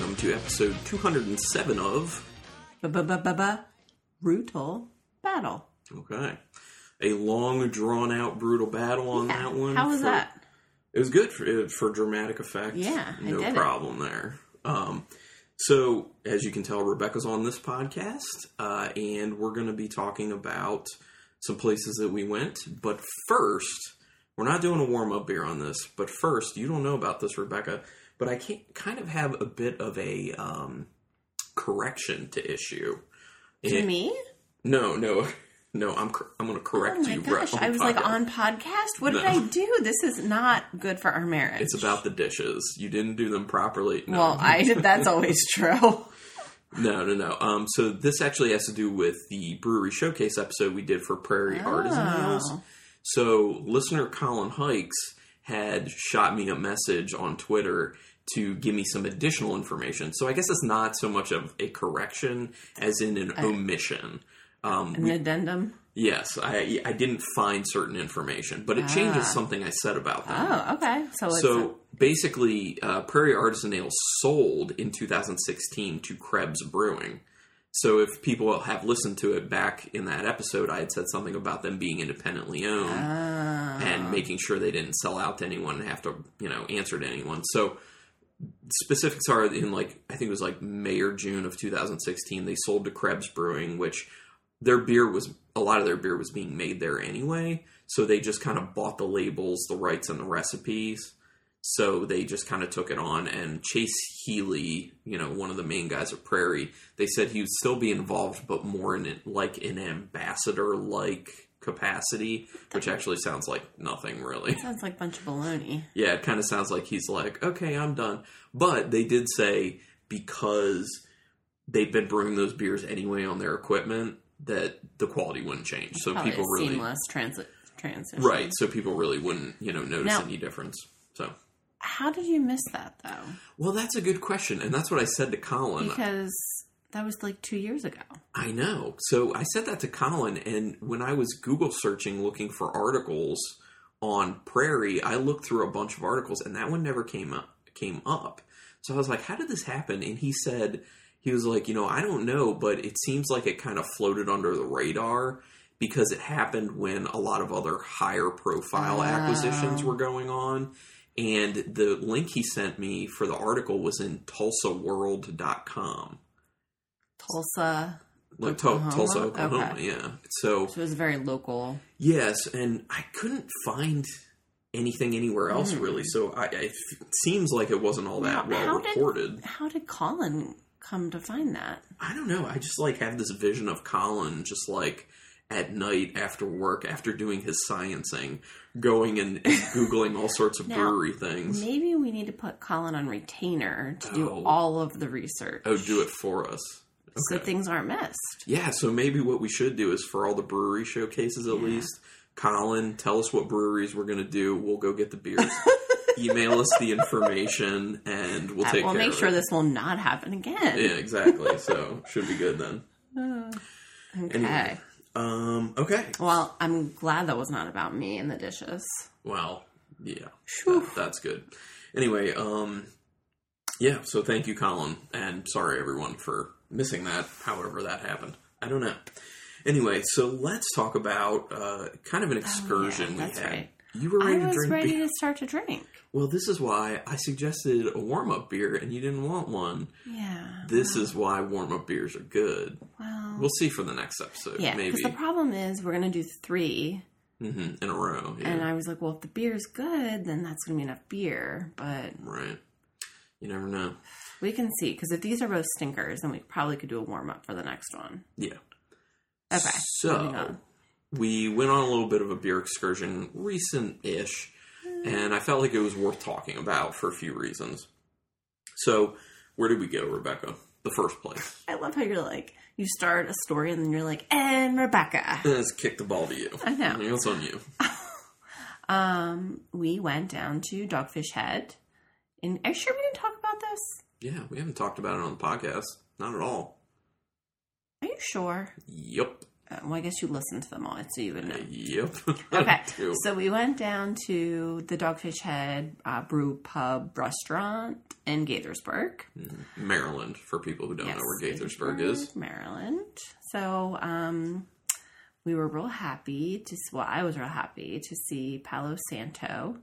episode 207 of. Ba-ba-ba-ba-ba. Brutal battle. Okay. A long, drawn out, brutal battle on Yeah. that one. How was for- that? It was good for, uh, for dramatic effect. Yeah, I No did it. problem there. Um, so, as you can tell, Rebecca's on this podcast, uh, and we're going to be talking about some places that we went. But first, we're not doing a warm up beer on this, but first, you don't know about this, Rebecca, but I can kind of have a bit of a um, correction to issue. To And- me? No, no, no. I'm cor- I'm going to correct Oh my you. gosh. right I was like podcast. on podcast. What did No. I do? This is not good for our marriage. It's about the dishes. You didn't do them properly. No. Well, I that's always true. No, no, no. Um, so this actually has to do with the brewery showcase episode we did for Prairie Artisan Meals. Oh. So listener Colin Hikes had shot me a message on Twitter to give me some additional information. So I guess it's not so much of a correction as in an Uh. omission. Um, An addendum. yes, I I didn't find certain information, but it changes something I said about them. Ah. Oh, okay. So it's So um, basically, uh, Prairie Artisan Ale sold in 2016 to Krebs Brewing. So if people have listened to it back in that episode, I had said something about them being independently oh. owned Ah. and making sure they didn't sell out to anyone and have to, you know, answer to anyone. So specifics are in like I think it was like May or June of 2016, they sold to Krebs Brewing, which their beer was a lot of their beer was being made there anyway. So they just kind of bought the labels, the rights, and the recipes. So they just kind of took it on. And Chase Healy, you know, one of the main guys at Prairie, they said he would still be involved, but more in it, like an ambassador like capacity, which actually sounds like nothing really. sounds like a bunch of baloney. Yeah, it kind of sounds like he's like, okay, I'm done. But they did say because they've been brewing those beers anyway on their equipment that the quality wouldn't change. So Probably people a really seamless transit transition. right. So people really wouldn't you know notice Now- any difference. So How did you miss that though? well, that's a good question, and that's what I said to Colin. Because that was like two years ago. I know. So I said that to Colin, and when I was Google searching looking for articles on Prairie, I looked through a bunch of articles, and that one never came up. Came up. So I was like, "How did this happen?" And he said, "He was like, you know, I don't know, but it seems like it kind of floated under the radar because it happened when a lot of other higher profile Oh. acquisitions were going on." And the link he sent me for the article was in TulsaWorld.com Tulsa. like Tul- Oklahoma? Tulsa, Oklahoma. Okay. Yeah. So So it was very local. yes, and I couldn't find anything anywhere else really. So I, I it seems like it wasn't all that Now, well Hmm. how did- reported. How did Colin come to find that? I don't know. I just like have this vision of Colin just like at night after work after doing his sciencing, going and, and googling all sorts of Now, brewery things. Maybe we need to put Colin on retainer to do Oh. all of the research. oh, do it for us. So things aren't missed. Yeah, so maybe what we should do is for all the brewery showcases at least, Colin, tell us what breweries we're going to do. We'll go get the beers. Email us the information and we'll take we'll care make of sure it. this will not happen again. Yeah, exactly. So, should be good then. Okay. Anyway. Um, okay. Well, I'm glad that was not about me and the dishes. Well, yeah. Phew. that- that's good. Anyway, um yeah, so thank you Colin and sorry everyone for missing that however that happened. I don't know. Anyway, so let's talk about uh kind of an excursion we Oh, that's had. right. You were ready I to was drink ready beer. to start to drink. Well, this is why I suggested a warm-up beer and you didn't want one. Yeah. This is why warm-up beers are good. Well, We'll see for the next episode yeah. maybe Because the problem is, we're going to do three. hmm in a row. Yeah. And I was like, well, if the beer's good, then that's going to be enough beer. But right. You never know. we can see. Because if these are both stinkers, then we probably could do a warm up for the next one. Yeah. Okay. moving So on. we went on a little bit of a beer excursion, recent ish, and I felt like it was worth talking about for a few reasons. So, where did we go, Rebecca? The first place. I love how you're like, you start a story and then you're like, and Rebecca. Let's kick the ball to you. I know. Anything else on you? Um, we went down to Dogfish Head. And are you sure we didn't talk about this? Yeah, we haven't talked about it on the podcast. Not at all. Are you sure? Yep. Uh, well, I guess you listened to them all, so you would know. Yep. Okay, Two. so we went down to the Dogfish Head uh, Brew Pub Restaurant in Gaithersburg. Maryland, for people who don't know where Gaithersburg is. Maryland. So um, we were real happy to. s- Well, I was real happy to see Palo Santo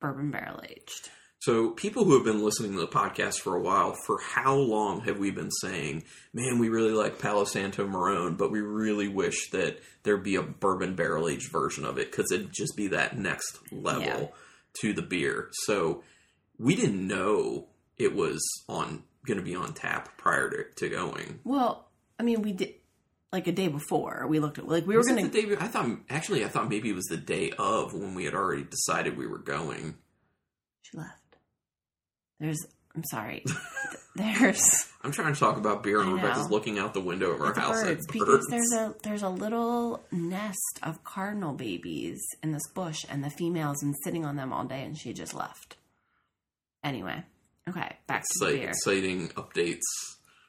bourbon barrel aged. So, people who have been listening to the podcast for a while, for how long have we been saying, man, we really like Palo Santo Marone, but we really wish that there'd be a bourbon barrel aged version of it because it'd just be that next level Yeah. to the beer. So, we didn't know it was on going to be on tap prior to, to going. Well, I mean, we did like a day before we looked at like we were Was it gonna. the day we- I thought actually I thought maybe it was the day of when we had already decided we were going. she left. There's. I'm sorry. There's. I'm trying to talk about beer, and I Rebecca's know. looking out the window of our It's house birds at because birds. there's a there's a little nest of cardinal babies in this bush, and the female's been sitting on them all day, and she just left. Anyway, okay, back to the Exci- beer. exciting updates.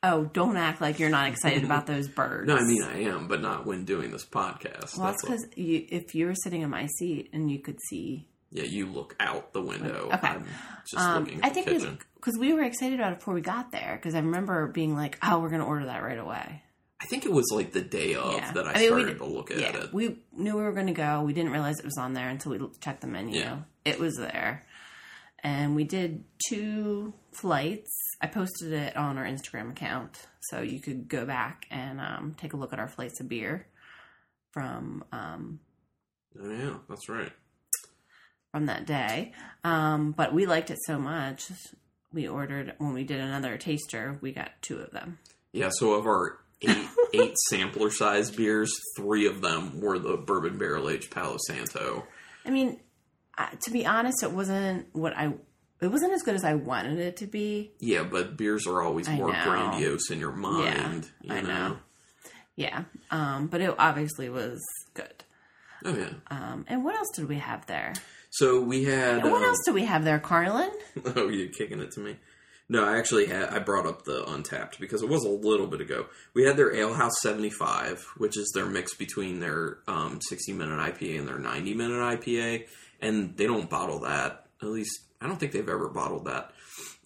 Oh, don't act like you're not excited about those birds. No, I mean I am, but not when doing this podcast. well, That's that's all. because you, if you were sitting in my seat and you could see, yeah, you look out the window. Okay. I'm just um, looking. At I the think kitchen. because we were excited about it before we got there, because I remember being like, "Oh, we're gonna order that right away." I think it was like the day of Yeah. that I, I mean, we started did- to look at Yeah, it. we knew we were going to go. We didn't realize it was on there until we l- checked the menu. Yeah. It was there. And we did two flights. I posted it on our Instagram account. So you could go back and um, take a look at our flights of beer from um, Oh, yeah, that's right. from that day. Um, but we liked it so much. We ordered, when we did another taster, we got two of them. Yeah, so of our eight eight sampler size beers, three of them were the bourbon barrel aged Palo Santo. I mean, I, to be honest, it wasn't what I. It wasn't as good as I wanted it to be. Yeah, but beers are always I more know. grandiose in your mind. Yeah, you I know. Yeah, um, but it obviously was good. Oh yeah. Um, and what else did we have there? So we had. And what um, else do we have there, Carlin? Oh, you're kicking it to me. No, I actually had I brought up the untapped because it was a little bit ago. We had their Ale House 75, which is their mix between their um, 60 minute IPA and their 90 minute IPA, and they don't bottle that. At least I don't think they've ever bottled that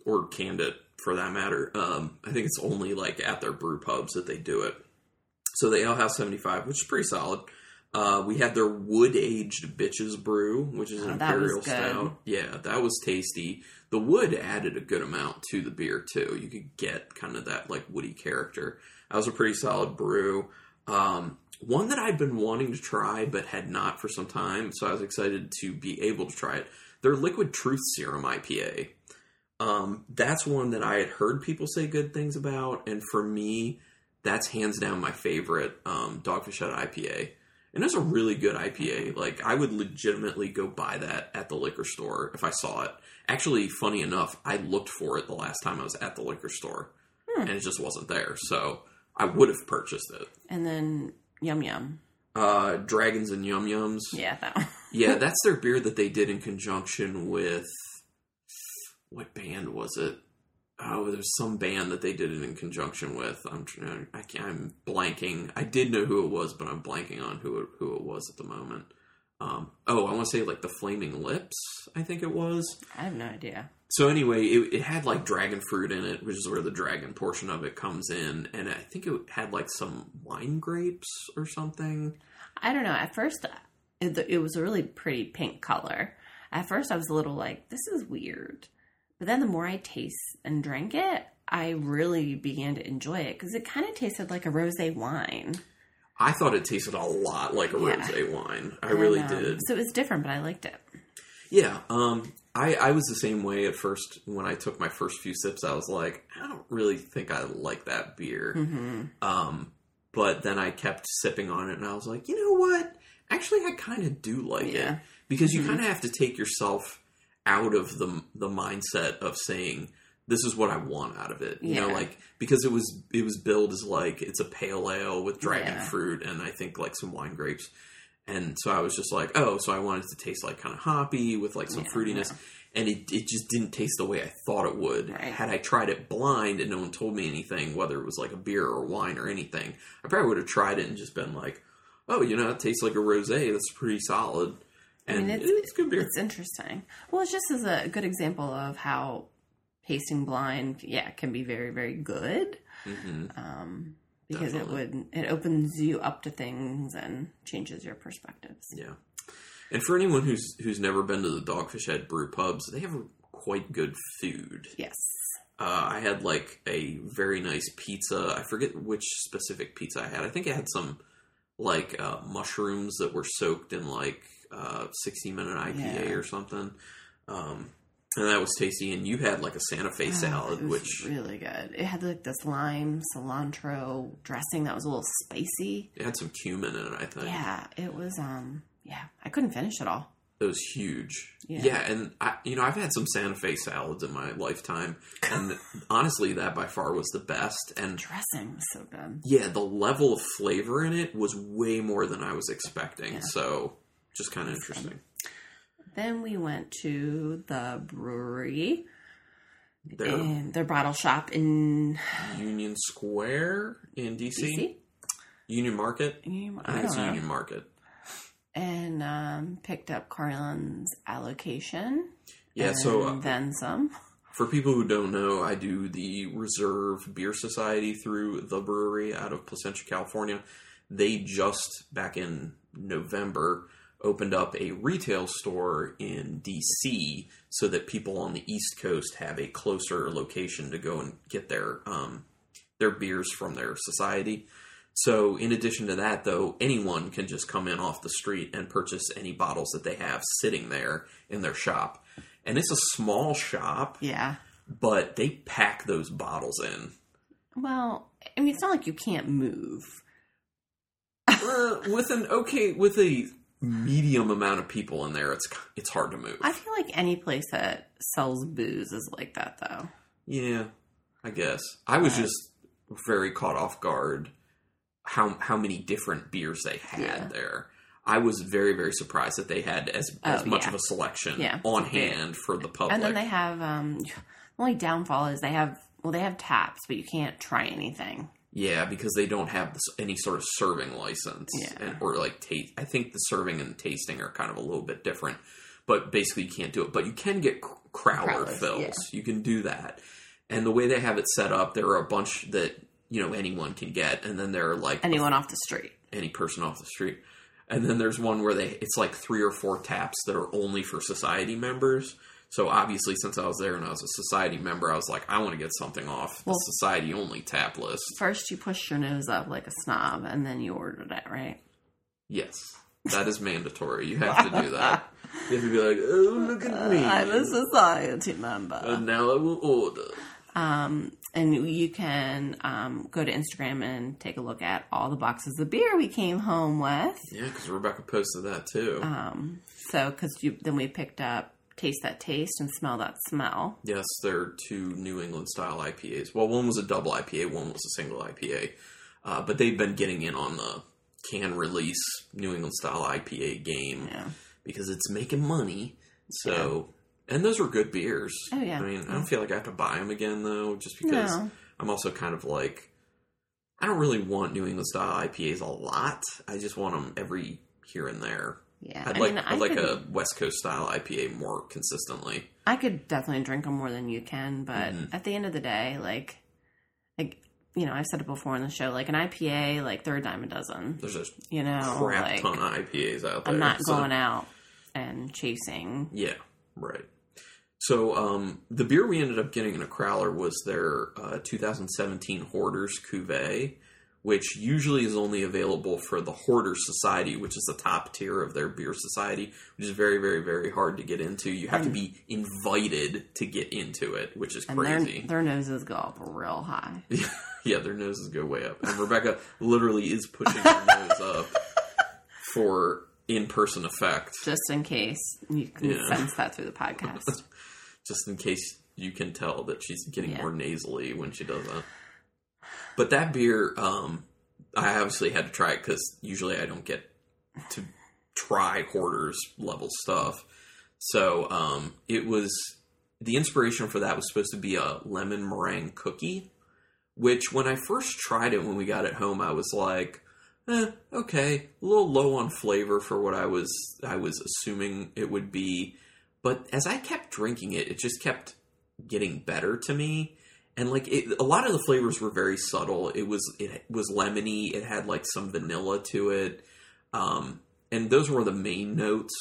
or canned it for that matter. Um, I think it's only like at their brew pubs that they do it. So the Ale House 75, which is pretty solid. Uh, we had their wood aged bitches brew, which is an Oh, that was imperial good. stout. Yeah, that was tasty. The wood added a good amount to the beer too. You could get kind of that like woody character. That was a pretty solid brew. Um, one that I'd been wanting to try but had not for some time, so I was excited to be able to try it. Their Liquid Truth Serum IPA. Um, that's one that I had heard people say good things about, and for me, that's hands down my favorite um, Dogfish Head IPA. And it's a really good IPA. Like I would legitimately go buy that at the liquor store if I saw it. Actually, funny enough, I looked for it the last time I was at the liquor store, Hmm. and it just wasn't there. So I would have purchased it. And then Yum Yum. Uh, Dragons and Yum Yums. Yeah, that one. Yeah, that's their beer that they did in conjunction with what band was it? Oh, there's some band that they did it in conjunction with. I'm trying. I can't, I'm blanking. I did know who it was, but I'm blanking on who it, who it was at the moment. Um, oh, I want to say like the Flaming Lips. I think it was. I have no idea. So anyway, it, it had like dragon fruit in it, which is where the dragon portion of it comes in, and I think it had like some wine grapes or something. I don't know. At first, it, it was a really pretty pink color. At first, I was a little like, this is weird. But then the more I taste and drank it, I really began to enjoy it because it kind of tasted like a rose wine. I thought it tasted a lot like a Yeah. rosé wine. I really And, um, did. So it was different, but I liked it. Yeah. Um. I I was the same way at first when I took my first few sips. I was like, I don't really think I like that beer. Mm-hmm. Um. But then I kept sipping on it, and I was like, you know what? Actually, I kind of do like Yeah. it because you Mhm. kind of have to take yourself out of the the mindset of saying this is what I want out of it. You know, Yeah. like because it was it was billed as like it's a pale ale with dragon Yeah. fruit and I think like some wine grapes. And so I was just like, oh, so I wanted to taste like kind of hoppy with like some Yeah, fruitiness. And it, it just didn't taste the way I thought it would. Right. Had I tried it blind and no one told me anything, whether it was like a beer or wine or anything, I probably would have tried it and just been like, oh, you know, it tastes like a rose. That's pretty solid. I And mean, it's, it's- good beer. It's interesting. Well, it's just as a good example of how tasting blind, yeah, can be very, very good. hmm Um, because it Definitely. would it opens you up to things and changes your perspectives. Yeah. And for anyone who's who's never been to the Dogfish Head Brew pubs, they have quite good food. Yes. Uh, I had like a very nice pizza. I forget which specific pizza I had. I think I had some like uh, mushrooms that were soaked in like uh, 60 minute IPA Yeah. or something. Um, and that was tasty. And you had like a Santa Fe Oh, salad, it was which really good. It had like this lime cilantro dressing that was a little spicy. it had some cumin in it, I think. Yeah, it was. Um, yeah, I couldn't finish it all. It was huge. Yeah. Yeah. and I, you know, I've had some Santa Fe salads in my lifetime, and honestly, that by far was the best. And Dressing was so good. yeah, the level of flavor in it was way more than I was expecting. Yeah. So, just kind of interesting. Then we went to the brewery There, and their bottle shop in Union Square in DC, DC. Union Market. You- I I think it's don't know. Uh, Union Market. And um, picked up Carlin's allocation. Yeah. and so, uh, then some. for people who don't know, I do the Reserve Beer Society through the brewery out of Placentia, California. They just back in November opened up a retail store in DC so that people on the East Coast have a closer location to go and get their um, their beers from their society. So, in addition to that, though, anyone can just come in off the street and purchase any bottles that they have sitting there in their shop. And it's a small shop Yeah. but they pack those bottles in. Well, I mean, it's not like you can't move. Uh, with an okay, with a medium amount of people in there, it's it's hard to move. I feel like any place that sells booze is like that, though. yeah, I guess I was Yeah. just very caught off guard how how many different beers they had Yeah. there. I was very very surprised that they had as as Oh, much yeah. of a selection Yeah. on hand for the public. And then they have um, the only downfall is they have well, they have taps, but you can't try anything. Yeah, because they don't have this, any sort of serving license, Yeah. and, or like taste. I think the serving and tasting are kind of a little bit different, but basically you can't do it. But you can get cr- crowler Crowlers, fills. yeah. You can do that, and the way they have it set up, there are a bunch that you know anyone can get, and then there are like Anyone off the street. any person off the street. And then there's one where they it's like three or four taps that are only for society members. So obviously, since I was there and I was a society member, I was like, I want to get something off Well- the society only tap list. First, you pushed your nose up like a snob, and then you ordered it, right? Yes, that is mandatory. You have to do that. You have to be like, oh, look at me. I'm a society and member. now I will order. Um, and you can um, go to Instagram and take a look at all the boxes of beer we came home with. Yeah, because Rebecca posted that too. Um, so, because you then we picked up taste that taste and smell that smell. yes, there are two New England style IPAs. Well, one was a double IPA, one was a single IPA. Uh, but they've been getting in on the can release New England style IPA game Yeah. because it's making money. So, and those were good beers. Oh, yeah. I mean, I don't feel like I have to buy them again though, just because No. I'm also kind of like, I don't really want New England style IPAs a lot. I just want them every here and there. Yeah. I'd I like mean, I'd like could, a West Coast style IPA more consistently. I could definitely drink them more than you can, but Mhm. at the end of the day, like, like you know, I've said it before on the show, like an IPA, like they're a dime a dozen. There's just You know, crap like ton of IPAs out there. I'm not so- going out and chasing. Yeah, right. So um, the beer we ended up getting in a crowler was their uh, 2017 Hoarders Cuvée, which usually is only available for the Hoarder Society, which is the top tier of their beer society, which is very, very, very hard to get into. You have to be invited to get into it, which is And crazy. their their noses go up real high. yeah, their noses go way up, and Rebecca literally is pushing her nose up for in-person effect. Just in case you can Yeah. sense that through the podcast. just in case you can tell that she's getting Yeah. more nasally when she does that. But that beer, um, I obviously had to try it because usually I don't get to try hoarders level stuff. So um, it was the inspiration for that was supposed to be a lemon meringue cookie, which when I first tried it when we got it home, I was like, eh, okay, a little low on flavor for what I was I was assuming it would be. But as I kept drinking it, it just kept getting better to me. And like it, a lot of the flavors were very subtle. It was it was lemony. It had like some vanilla to it, um, and those were the main notes.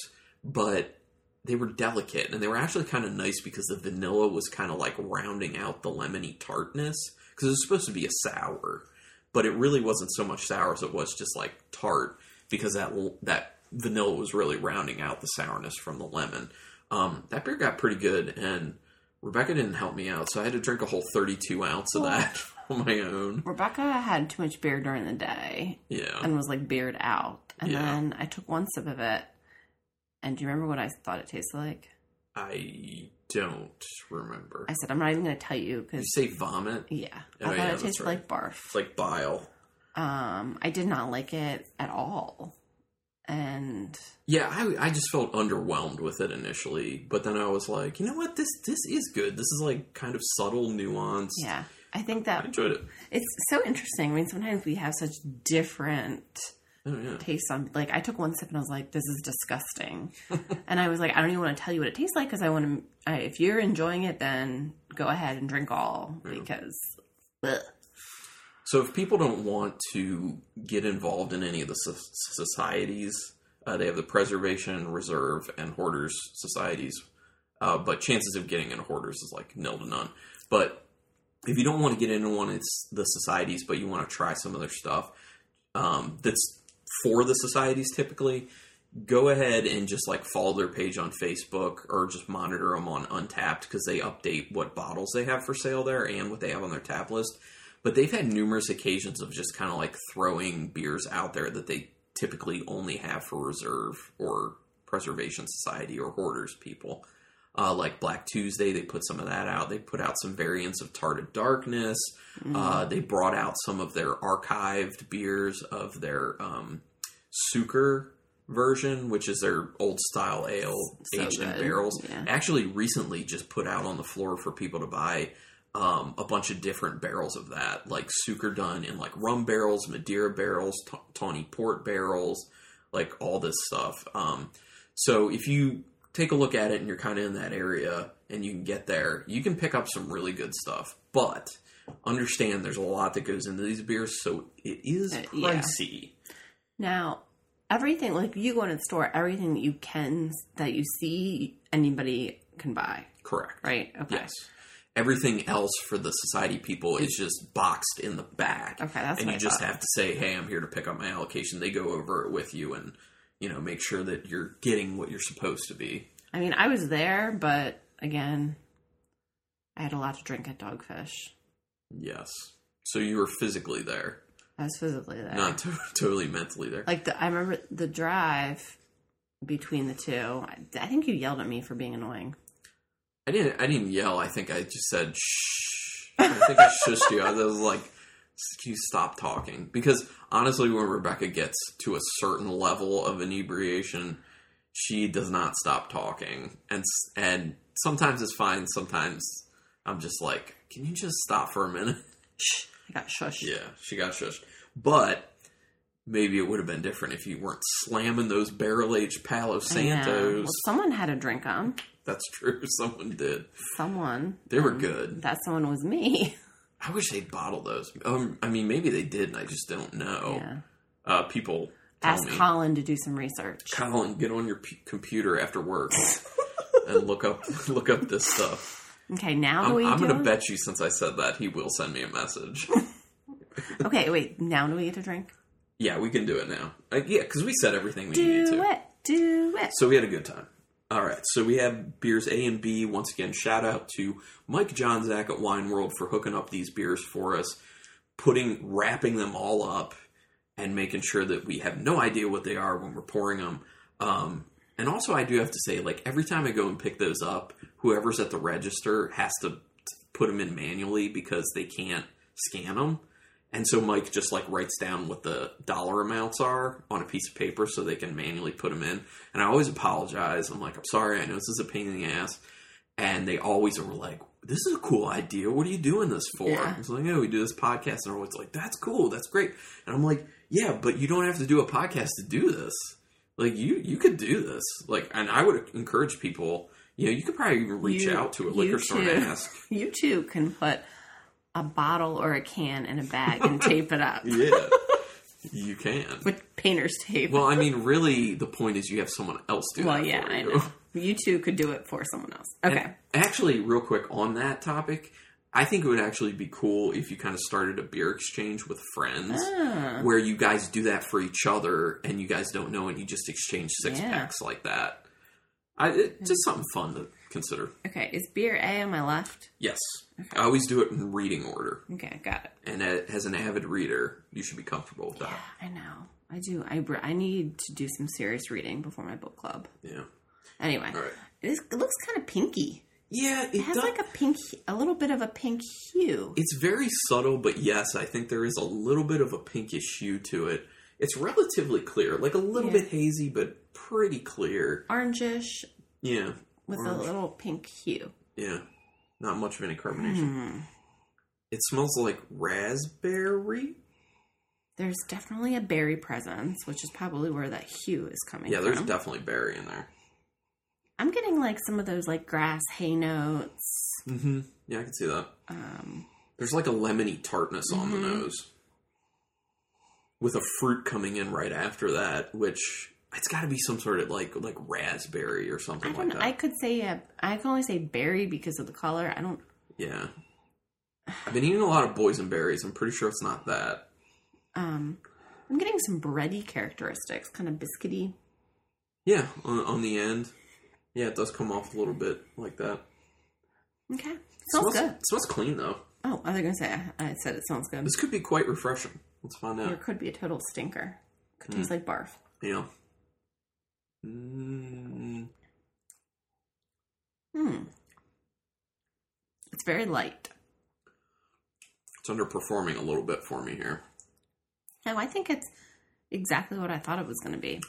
But they were delicate and they were actually kind of nice because the vanilla was kind of like rounding out the lemony tartness because it was supposed to be a sour, but it really wasn't so much sour as it was just like tart because that that vanilla was really rounding out the sourness from the lemon. Um, that beer got pretty good, and Rebecca didn't help me out, so I had to drink a whole 32 ounce of that on my own. Rebecca had too much beer during the day Yeah, and was like beard out. And Yeah. then I took one sip of it. And do you remember what I thought it tasted like? I don't remember. I said, I'm not even going to tell you Did you because, say vomit? yeah. Oh, I thought yeah, it that's tasted right. like barf. It's like bile. um, I did not like it at all. And Yeah, I, I just felt underwhelmed with it initially, but then I was like, you know what, this this is good. This is like kind of subtle nuance. yeah, I think I that enjoyed it. it's so interesting. I mean, sometimes we have such different Oh yeah, taste on like I took one sip and I was like, this is disgusting. and I was like, I don't even want to tell you what it tastes like because I want to. I, if you're enjoying it, then go ahead and drink all Yeah. Uh, because. Ugh. So if people don't want to get involved in any of the so- societies, uh, they have the Preservation, Reserve, and Hoarders societies. Uh, but chances of getting into Hoarders is like nil to none. But if you don't want to get into one of the societies, but you want to try some of their stuff um, that's for the societies typically, go ahead and just like follow their page on Facebook or just monitor them on Untapped because they update what bottles they have for sale there and what they have on their tap list. But they've had numerous occasions of just kind of like throwing beers out there that they typically only have for reserve or preservation society or hoarders people. Uh, like Black Tuesday, they put some of that out. They put out some variants of Tarted Darkness. Mm, Uh, they brought out some of their archived beers of their um, Sucre version, which is their old style ale So aged in good. barrels. Yeah. Actually, recently just put out on the floor for people to buy um, a bunch of different barrels of that, like Sucre done in like rum barrels, Madeira barrels, ta- tawny port barrels, like all this stuff. Um, so if you take a look at it and you're kind of in that area and you can get there, you can pick up some really good stuff. But understand there's a lot that goes into these beers, so it is Uh, yeah. pricey. Now, everything like you go into the store, everything that you can that you see anybody can buy, Correct. right? Okay. Yes. Everything else for the society people is just boxed in the back. Okay, that's and what you I just thought. have to say, "Hey, I'm here to pick up my allocation." They go over it with you and you know make sure that you're getting what you're supposed to be. I mean, I was there, but again, I had a lot to drink at Dogfish. Yes. So you were physically there, I was physically there. not to- totally mentally there. Like the, I remember the drive between the two. I, I think you yelled at me for being annoying. I didn't. I didn't yell. I think I just said shh. I think I shushed you. I was like, "Can you stop talking?" Because honestly, when Rebecca gets to a certain level of inebriation, she does not stop talking, and s- and sometimes it's fine. Sometimes I'm just like, "Can you just stop for a minute?" Shh, I got shushed. Yeah, she got shushed. But maybe it would have been different if you weren't slamming those barrel aged Palo I know. Santos. Well, someone had a drink on. That's true. Someone did. Someone. They were good. That someone was me. I wish they'd bottle those. Um, I mean, maybe they did, and I just don't know. Yeah. Uh, people tell Ask me, Colin to do some research. Colin, get on your p- computer after work and look up look up this stuff. Okay, now do I'm, we I'm do going to it? bet you, since I said that, he will send me a message. Okay, wait. Now do we get to drink? yeah, we can do it now. Uh, yeah, because we said everything we needed to. Do it. Do it. So we had a good time. All right, so we have beers A and B. Once again, shout out to Mike Johnzak at Wine World for hooking up these beers for us, putting wrapping them all up, and making sure that we have no idea what they are when we're pouring them. Um, and also, I do have to say, like every time I go and pick those up, whoever's at the register has to t- put them in manually because they can't scan them. And so Mike just like writes down what the dollar amounts are on a piece of paper so they can manually put them in. And I always apologize. I'm like, I'm sorry. I know this is a pain in the ass. And they always are like, this is a cool idea. What are you doing this for? Yeah. I was like, yeah, we do this podcast. And everyone's like, that's cool. That's great. And I'm like, yeah, but you don't have to do a podcast to do this. Like you, you could do this. Like, and I would encourage people. You know, you could probably even reach You- out to a you liquor store and too. ask. You too can put a bottle or a can in a bag and tape it up Yeah, you can. with painter's tape. Well, I mean, really, the point is you have someone else do Well, that. yeah, for I you. know. You too could do it for someone else. Okay. And actually, real quick on that topic, I think it would actually be cool if you kind of started a beer exchange with friends Ah. where you guys do that for each other and you guys don't know and you just exchange six Yeah. packs like that. I, it, just something fun to consider. Okay. Is beer A on my left? Yes. I always do it in reading order. Okay, got it. And a- as an avid reader, you should be comfortable with that. I know. I do. I br- I need to do some serious reading before my book club. Yeah. Anyway, All right. it, is, it looks kind of pinky. Yeah, it, It has does. like a pink, a little bit of a pink hue. It's very subtle, but yes, I think there is a little bit of a pinkish hue to it. It's relatively clear, like a little Yeah. bit hazy, but pretty clear. Orangish Yeah, with a Orange. little pink hue. yeah, not much of any carbonation. Hmm. It smells like raspberry. There's definitely a berry presence, which is probably where that hue is coming Yeah, there's from. definitely berry in there. I'm getting like some of those like grass hay notes. hmm Yeah, I can see that. Um, There's like a lemony tartness on the Mhm. nose, with a fruit coming in right after that, which it's got to be some sort of like like raspberry or I something don't. like know. that. I could say a, I can only say berry because of the color. I don't. Yeah. I've been eating a lot of boysenberries. I'm pretty sure it's not that. Um, I'm getting some bready characteristics, kind of biscuity. Yeah, on, on the end. Yeah, it does come off a little bit like that. Okay, smells good. smells clean, though. Oh, I was gonna say I, I said it sounds good. This could be quite refreshing. Let's find Or out. it could be a total stinker. Could Hmm. taste like barf. Yeah. Mm, Hmm. It's very light. it's underperforming a little bit for me here. No, I think it's exactly what I thought it was going to be.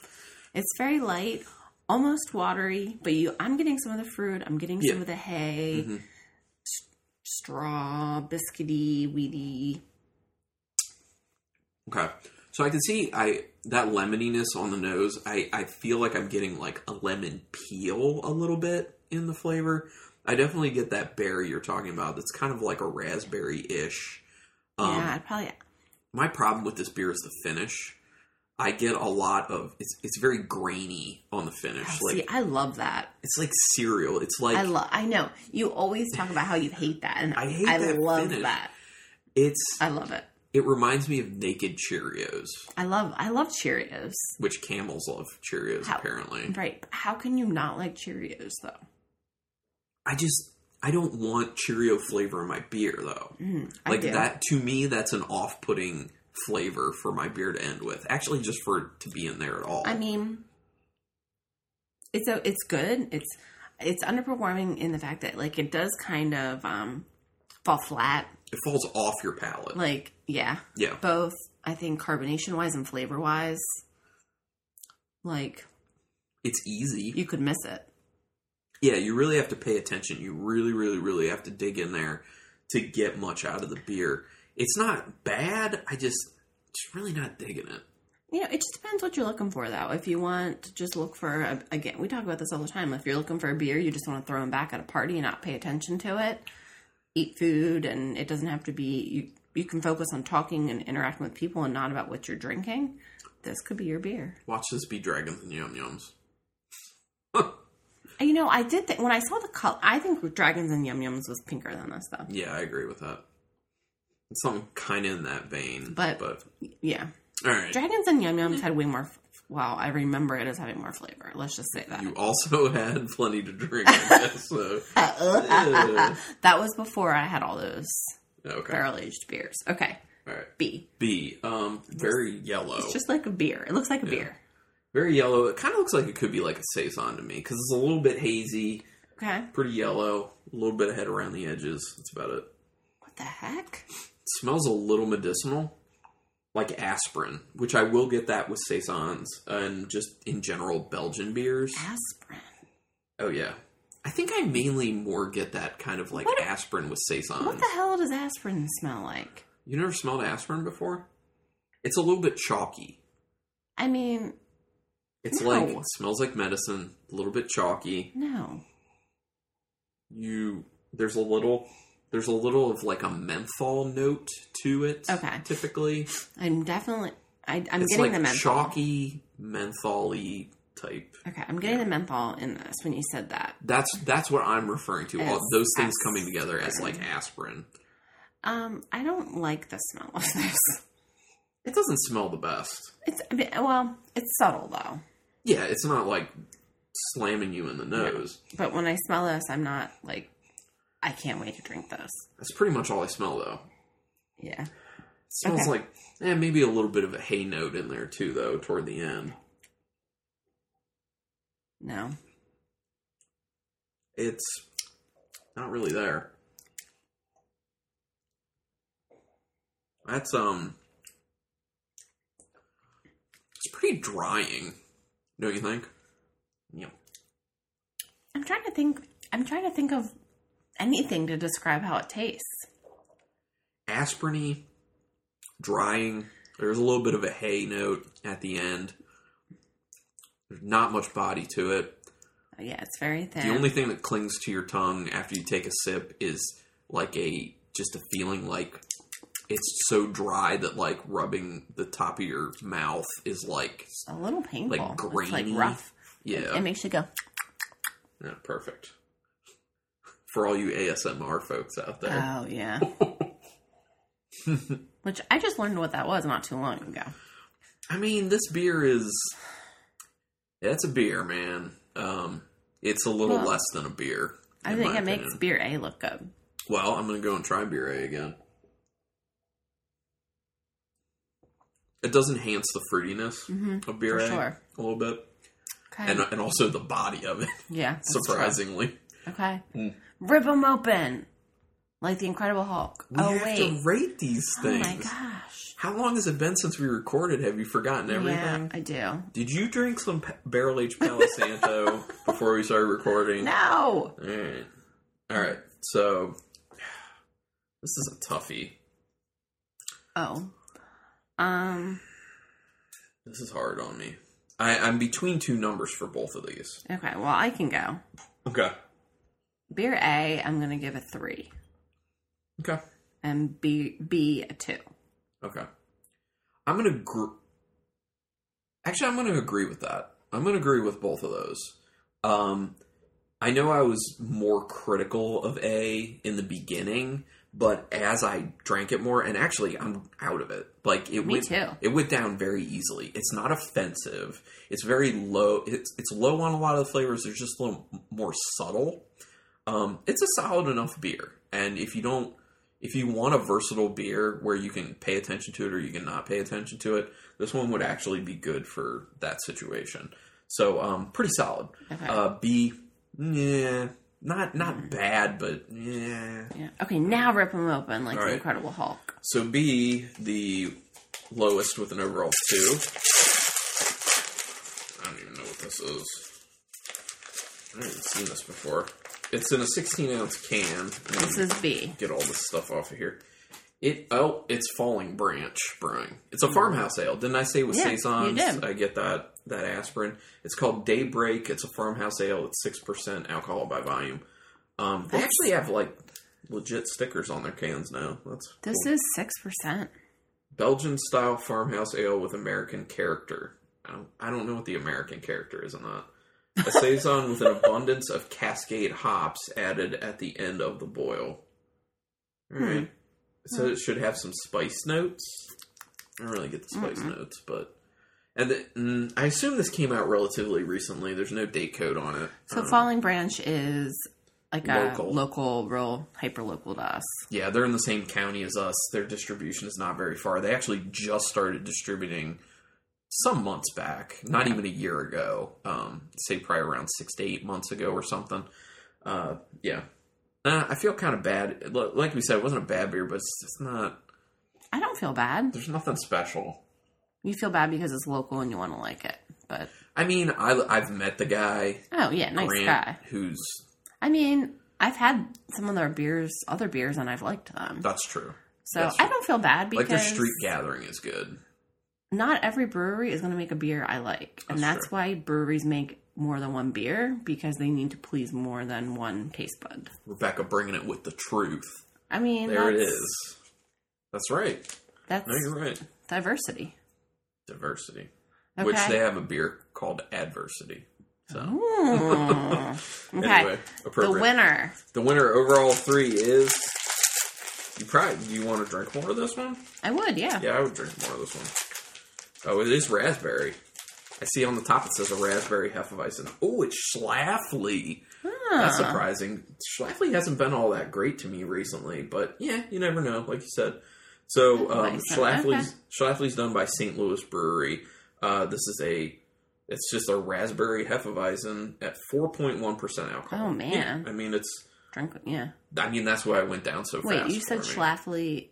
It's very light, almost watery, but you I'm getting some of the fruit, I'm getting Yeah. some of the hay, Mhm. s- straw, biscuity, weedy. Okay. So I can see I that lemoniness on the nose. I, I feel like I'm getting like a lemon peel a little bit in the flavor. I definitely get that berry you're talking about. That's kind of like a raspberry ish. Um, yeah, I'd probably My problem with this beer is the finish. I get a lot of it's. It's very grainy on the finish. oh, like see. I love that. it's like cereal. It's like I love. I know you always talk about how you hate that, and I I, hate that love finish. that. it's. I love it. It reminds me of naked Cheerios, I love. I love Cheerios. which camels love Cheerios How- apparently. Right? but How can you not like Cheerios though? I just I don't want Cheerio flavor in my beer though. Mm, I Like do. that to me, that's an off-putting flavor for my beer to end with. Actually, just for it to be in there at all. I mean, it's a, it's good. It's it's underperforming in the fact that like it does kind of um fall flat. it falls off your palate. Like yeah, yeah, both I think carbonation wise and flavor wise, like it's easy. you could miss it. yeah, you really have to pay attention. You really, really, really have to dig in there to get much out of the beer. It's not bad. I just, just really not digging it. You know, it just depends what you're looking for, though. If you want to just look for, a, again, we talk about this all the time. If you're looking for a beer, you just want to throw them back at a party and not pay attention to it. Eat food, and it doesn't have to be. You you can focus on talking and interacting with people, and not about what you're drinking. This could be your beer. Watch this be dragons and yum yums. And, You know, I did think when I saw the color. I think Dragons and Yum Yums was pinker than this, though. Yeah, I agree with that. It's something kind of in that vein, But- but Yeah, all right. Dragons and Yum Yums had way more. f- Well, I remember it as having more flavor. Let's just say that. you also had plenty to drink, I guess. So Ew. that was before I had all those okay, barrel aged beers. Okay, all right. B. B, um, very yellow, It's just like a beer. It looks like a Oh. Yeah. beer. very yellow. It kind of looks like it could be like a saison to me because it's a little bit hazy, Okay. pretty yellow, a little bit of head around the edges. That's about it. What the heck? smells a little medicinal, like aspirin, which I will get that with saisons and just in general Belgian beers. Aspirin. Oh yeah, I think I mainly more get that kind of like What- aspirin with saisons. What the hell does aspirin smell like? You never smelled aspirin before? It's a little bit chalky. I mean, It's No. like it smells like medicine, a little bit chalky. no. You there's a little there's a little of like a menthol note to it. Okay. Typically, I'm definitely. I, I'm it's getting like the menthol. chalky, mentholy type. Okay, I'm getting the menthol in this when you said that. That's that's what I'm referring to. All As those things as- coming together as like aspirin. Um, I don't like the smell of this. It doesn't smell the best. It's I mean, well, it's subtle though. Yeah, it's not like slamming you in the nose. But when I smell this, I'm not like, I can't wait to drink this. That's pretty much all I smell though. Yeah. Smells Okay. like eh, maybe a little bit of a hay note in there too, though, toward the end. No. It's not really there. That's um It's pretty drying, don't you think? Yeah. I'm trying to think. I'm trying to think of anything to describe how it tastes. Aspiriny, drying. There's a little bit of a hay note at the end. There's not much body to it. Yeah, it's very thin. The only thing that clings to your tongue after you take a sip is like a just a feeling like it's so dry that like rubbing the top of your mouth is like a little painful. like It's like grainy. rough. yeah, It makes you go. yeah perfect for all you ASMR folks out there. Oh yeah. Which I just learned what that was not too long ago. I mean, this beer is that's a beer, man. Um, it's a little Well, less than a beer. I in think my it makes opinion. beer A look good. Well, I'm gonna go and try beer A again. It does enhance the fruitiness Mm-hmm. of beer For A sure. a little bit, Okay. and uh, and also the body of it. yeah. that's true. surprisingly, Okay. Mm. Rip them open, like the Incredible Hulk. we Oh have wait. to rate these Oh things. my gosh. How long has it been since we recorded? Have you forgotten Yeah, everything? I do. Did you drink some pa- barrel aged Palo Santo before we started recording? No. All right. All right. So this is a toughie. Oh. Um. This is hard on me. I, I'm between two numbers for both of these. Okay. Well, I can go. Okay. Beer A, I'm gonna give a three, Okay. and B B a two. Okay. I'm gonna. Gr- Actually, I'm gonna agree with that. I'm gonna agree with both of those. Um, I know I was more critical of A in the beginning, but as I drank it more, and actually, I'm out of it. Like it Me went, too. it went down very easily. It's not offensive. It's very low. It's it's low on a lot of the flavors. They're just a little more subtle. Um, it's a solid enough beer, and if you don't, if you want a versatile beer where you can pay attention to it or you can not pay attention to it, this one would actually be good for that situation. So, um, pretty solid. Okay. Uh, B, yeah, not not bad, but yeah. yeah. Okay. Now rip them open like All the right. Incredible Hulk. So B, the lowest with an overall two. I don't even know what this is. I haven't seen this before. It's in a 16 ounce can. This is B. Get all this stuff off of here. It oh, it's Falling Branch Brewing. It's a farmhouse ale. Didn't I say with Hmm. Yeah, you saisons? did. I get that that aspirin. It's called Daybreak. It's a farmhouse ale. It's six percent alcohol by volume. Um, they That's- actually have like legit stickers on their cans now. That's This cool. is six percent. Belgian style farmhouse ale with American character. I don't, I don't know what the American character is on that. A saison with an abundance of Cascade hops added at the end of the boil. All right. So it should have some spice notes. I don't really get the spice notes, but and the, mm, I assume this came out relatively recently. There's no date code on it. So Um, Falling Branch is like a Local. local, real hyper local to us. Yeah, they're in the same county as us. Their distribution is not very far. They actually just started distributing some months back, not even a year ago. Um, say probably around six to eight months ago or something. Uh, yeah, uh, I feel kind of bad. L- Like we said, it wasn't a bad beer, but it's just not. I don't feel bad. There's nothing special. You feel bad because it's local and you want to like it. But I mean, I, I've met the guy, oh yeah, nice Grant, guy. who's I mean, I've had some of their beers, other beers, and I've liked them. that's true. So that's I don't feel bad like because their street gathering is good. not every brewery is going to make a beer I like, and That's that's true. why breweries make more than one beer because they need to please more than one taste bud. Rebecca bringing it with the truth. I mean, There it that's, is. That's right. That's No, you're right. diversity. Diversity. Okay. Which they have a beer called Adversity. So Mm. okay. anyway, the appropriate. winner. The winner overall three is. You probably do you want to drink more of this one? I would, yeah. Yeah, I would drink more of this one. Oh, it is raspberry. I see on the top it says a raspberry hefeweizen. Oh, it's Schlafly. That's Huh. surprising. Schlafly hasn't been all that great to me recently, but yeah, you never know. Like you said, so um, Hefeweizen, Schlafly's Schlafly's done by St. Louis Brewery. Uh, this is a it's just a raspberry hefeweizen at four point one percent alcohol. Oh, man. Yeah, I mean it's Drink, yeah. I mean that's why I went down so Wait, fast. you said for me. Schlafly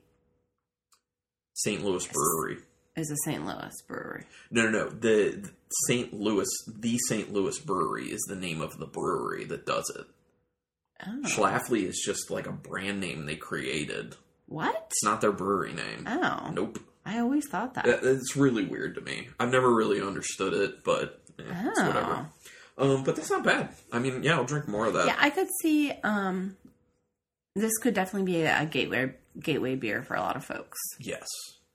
St. Louis Brewery. is a St. Louis brewery. No, no, no. The the St. Louis, the St. Louis Brewery is the name of the brewery that does it. Oh. Schlafly is just like a brand name they created. what? It's not their brewery name. Oh. Nope. Uh, I always thought that. That- It's really weird to me. I've never really understood it, but eh, it's Oh. whatever. Um, but that's not bad. I mean, yeah, I'll drink more of that. yeah, I could see um this could definitely be a gateway gateway beer for a lot of folks. Yes,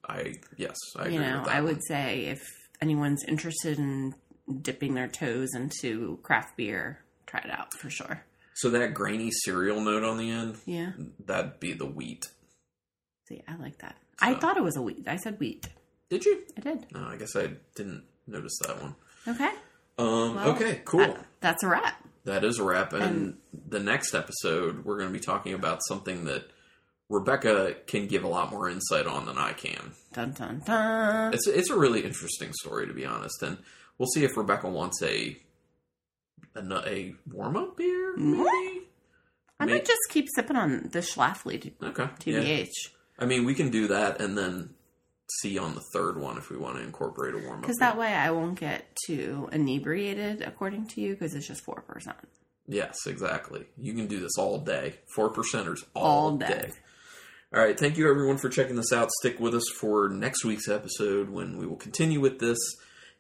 I yes, I agree you know, with that. I one. would say if anyone's interested in dipping their toes into craft beer, try it out for sure. So that grainy cereal note on the end, Yeah. that'd be the wheat. See, I like that. I So- thought it was a wheat. I said wheat. Did you? I did. No, I guess I didn't notice that one. Okay. Um, Well, okay, cool. Uh, that's a wrap. That is a wrap. And, the next episode, we're going to be talking about something that Rebecca can give a lot more insight on than I can. Dun dun dun. It's it's a really interesting story, to be honest. And we'll see if Rebecca wants a a, a warm up beer, Mm-hmm. maybe. I may- might just keep sipping on the Schlafly t- Okay. Yeah. TBH I mean, we can do that, and then see on the third one if we want to incorporate a warm up. because that way I won't get too inebriated, according to you, because it's just four percent. Yes, exactly. You can do this all day. Four percenters all, All day. day. All right. Thank you, everyone, for checking this out. Stick with us for next week's episode when we will continue with this.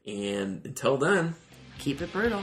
And until then, Keep it brutal.